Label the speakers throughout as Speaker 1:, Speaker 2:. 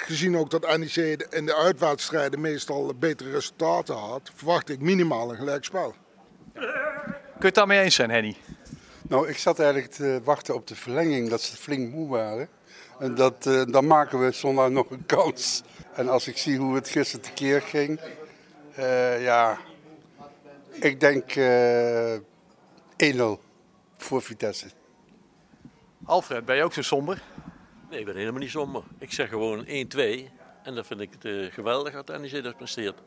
Speaker 1: Gezien ook dat NEC in de uitwedstrijden meestal betere resultaten had, verwacht ik minimaal een gelijkspel.
Speaker 2: Kun je het daarmee eens zijn, Henny?
Speaker 3: Nou, ik zat eigenlijk te wachten op de verlenging, dat ze flink moe waren. En dat, eh, dan maken we zondag nog een kans. En als ik zie hoe het gisteren tekeer ging, eh, ja, ik denk eh 1-0 voor Vitesse.
Speaker 2: Alfred, ben je ook zo somber?
Speaker 4: Nee, ik ben helemaal niet somber. Ik zeg gewoon 1-2. En dat vind ik het, eh, geweldig dat de NEC dat presteert.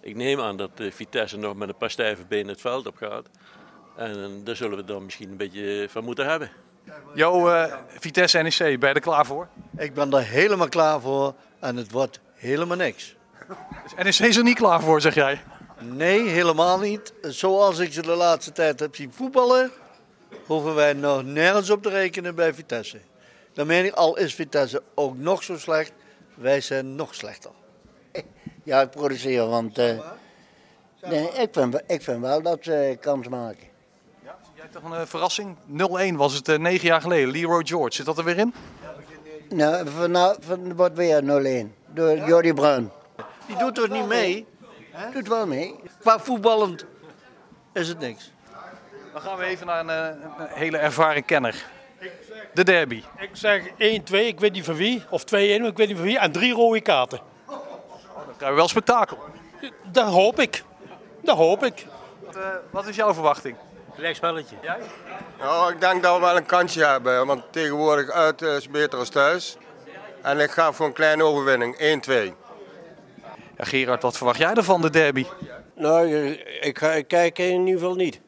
Speaker 4: Ik neem aan dat eh, Vitesse nog met een paar stijve benen het veld op gaat. En, eh, daar zullen we dan misschien een beetje eh, van moeten hebben.
Speaker 2: Jo, eh, Vitesse NEC, ben je er klaar voor?
Speaker 5: Ik ben daar helemaal klaar voor en het wordt helemaal niks.
Speaker 2: Dus NEC is er niet klaar voor, zeg jij.
Speaker 5: Nee, helemaal niet. Zoals ik ze de laatste tijd heb zien voetballen, hoeven wij nog nergens op te rekenen bij Vitesse. Dan meen ik, al is Vitesse ook nog zo slecht, wij zijn nog slechter.
Speaker 6: Ja, ik produceer, want eh, nee, ik, vind, ik vind wel dat ze kans maken.
Speaker 2: Jij hebt toch een eh, verrassing? 0-1 was het eh, negen jaar geleden. Leroy George, zit dat er weer in?
Speaker 6: Nou, vanavond wordt weer 0-1 door Jordi Bruin.
Speaker 5: Die doet toch niet mee?
Speaker 6: Doet wel mee.
Speaker 5: Qua voetballend is het niks.
Speaker 2: Dan gaan we even naar een, eh, een hele ervaren kenner. De derby.
Speaker 7: Ik zeg 1-2, ik weet niet van wie. Of 2-1, ik weet niet van wie. En drie rode kaarten.
Speaker 2: Dan krijgen we wel spektakel.
Speaker 7: Dat hoop ik. Dat hoop ik.
Speaker 2: Wat, eh, wat is jouw verwachting?
Speaker 7: Gelijkspelletje.
Speaker 8: Nou, ik denk dat we wel een kansje hebben, want tegenwoordig uit eh, is beter als thuis. En ik ga voor een kleine overwinning, 1-2.
Speaker 2: Ja, Gerard, wat verwacht jij ervan, de derby?
Speaker 9: Nou, ik, ga, ik kijk in ieder geval niet.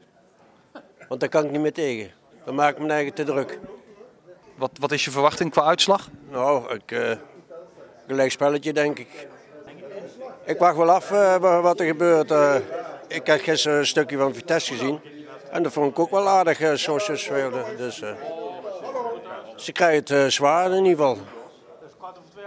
Speaker 9: Want daar kan ik niet meer tegen. Dan maak ik me eigen te druk.
Speaker 2: Wat, wat is je verwachting qua uitslag?
Speaker 9: Nou, ik, eh, gelijk spelletje denk ik. Ik wacht wel af eh, wa- wat er gebeurt. eh. ik heb gisteren een stukje van Vitesse gezien. En dat vond ik ook wel aardig, eh, zoals ze speelden. Dus, eh, ze krijgen het eh, zwaar in ieder geval.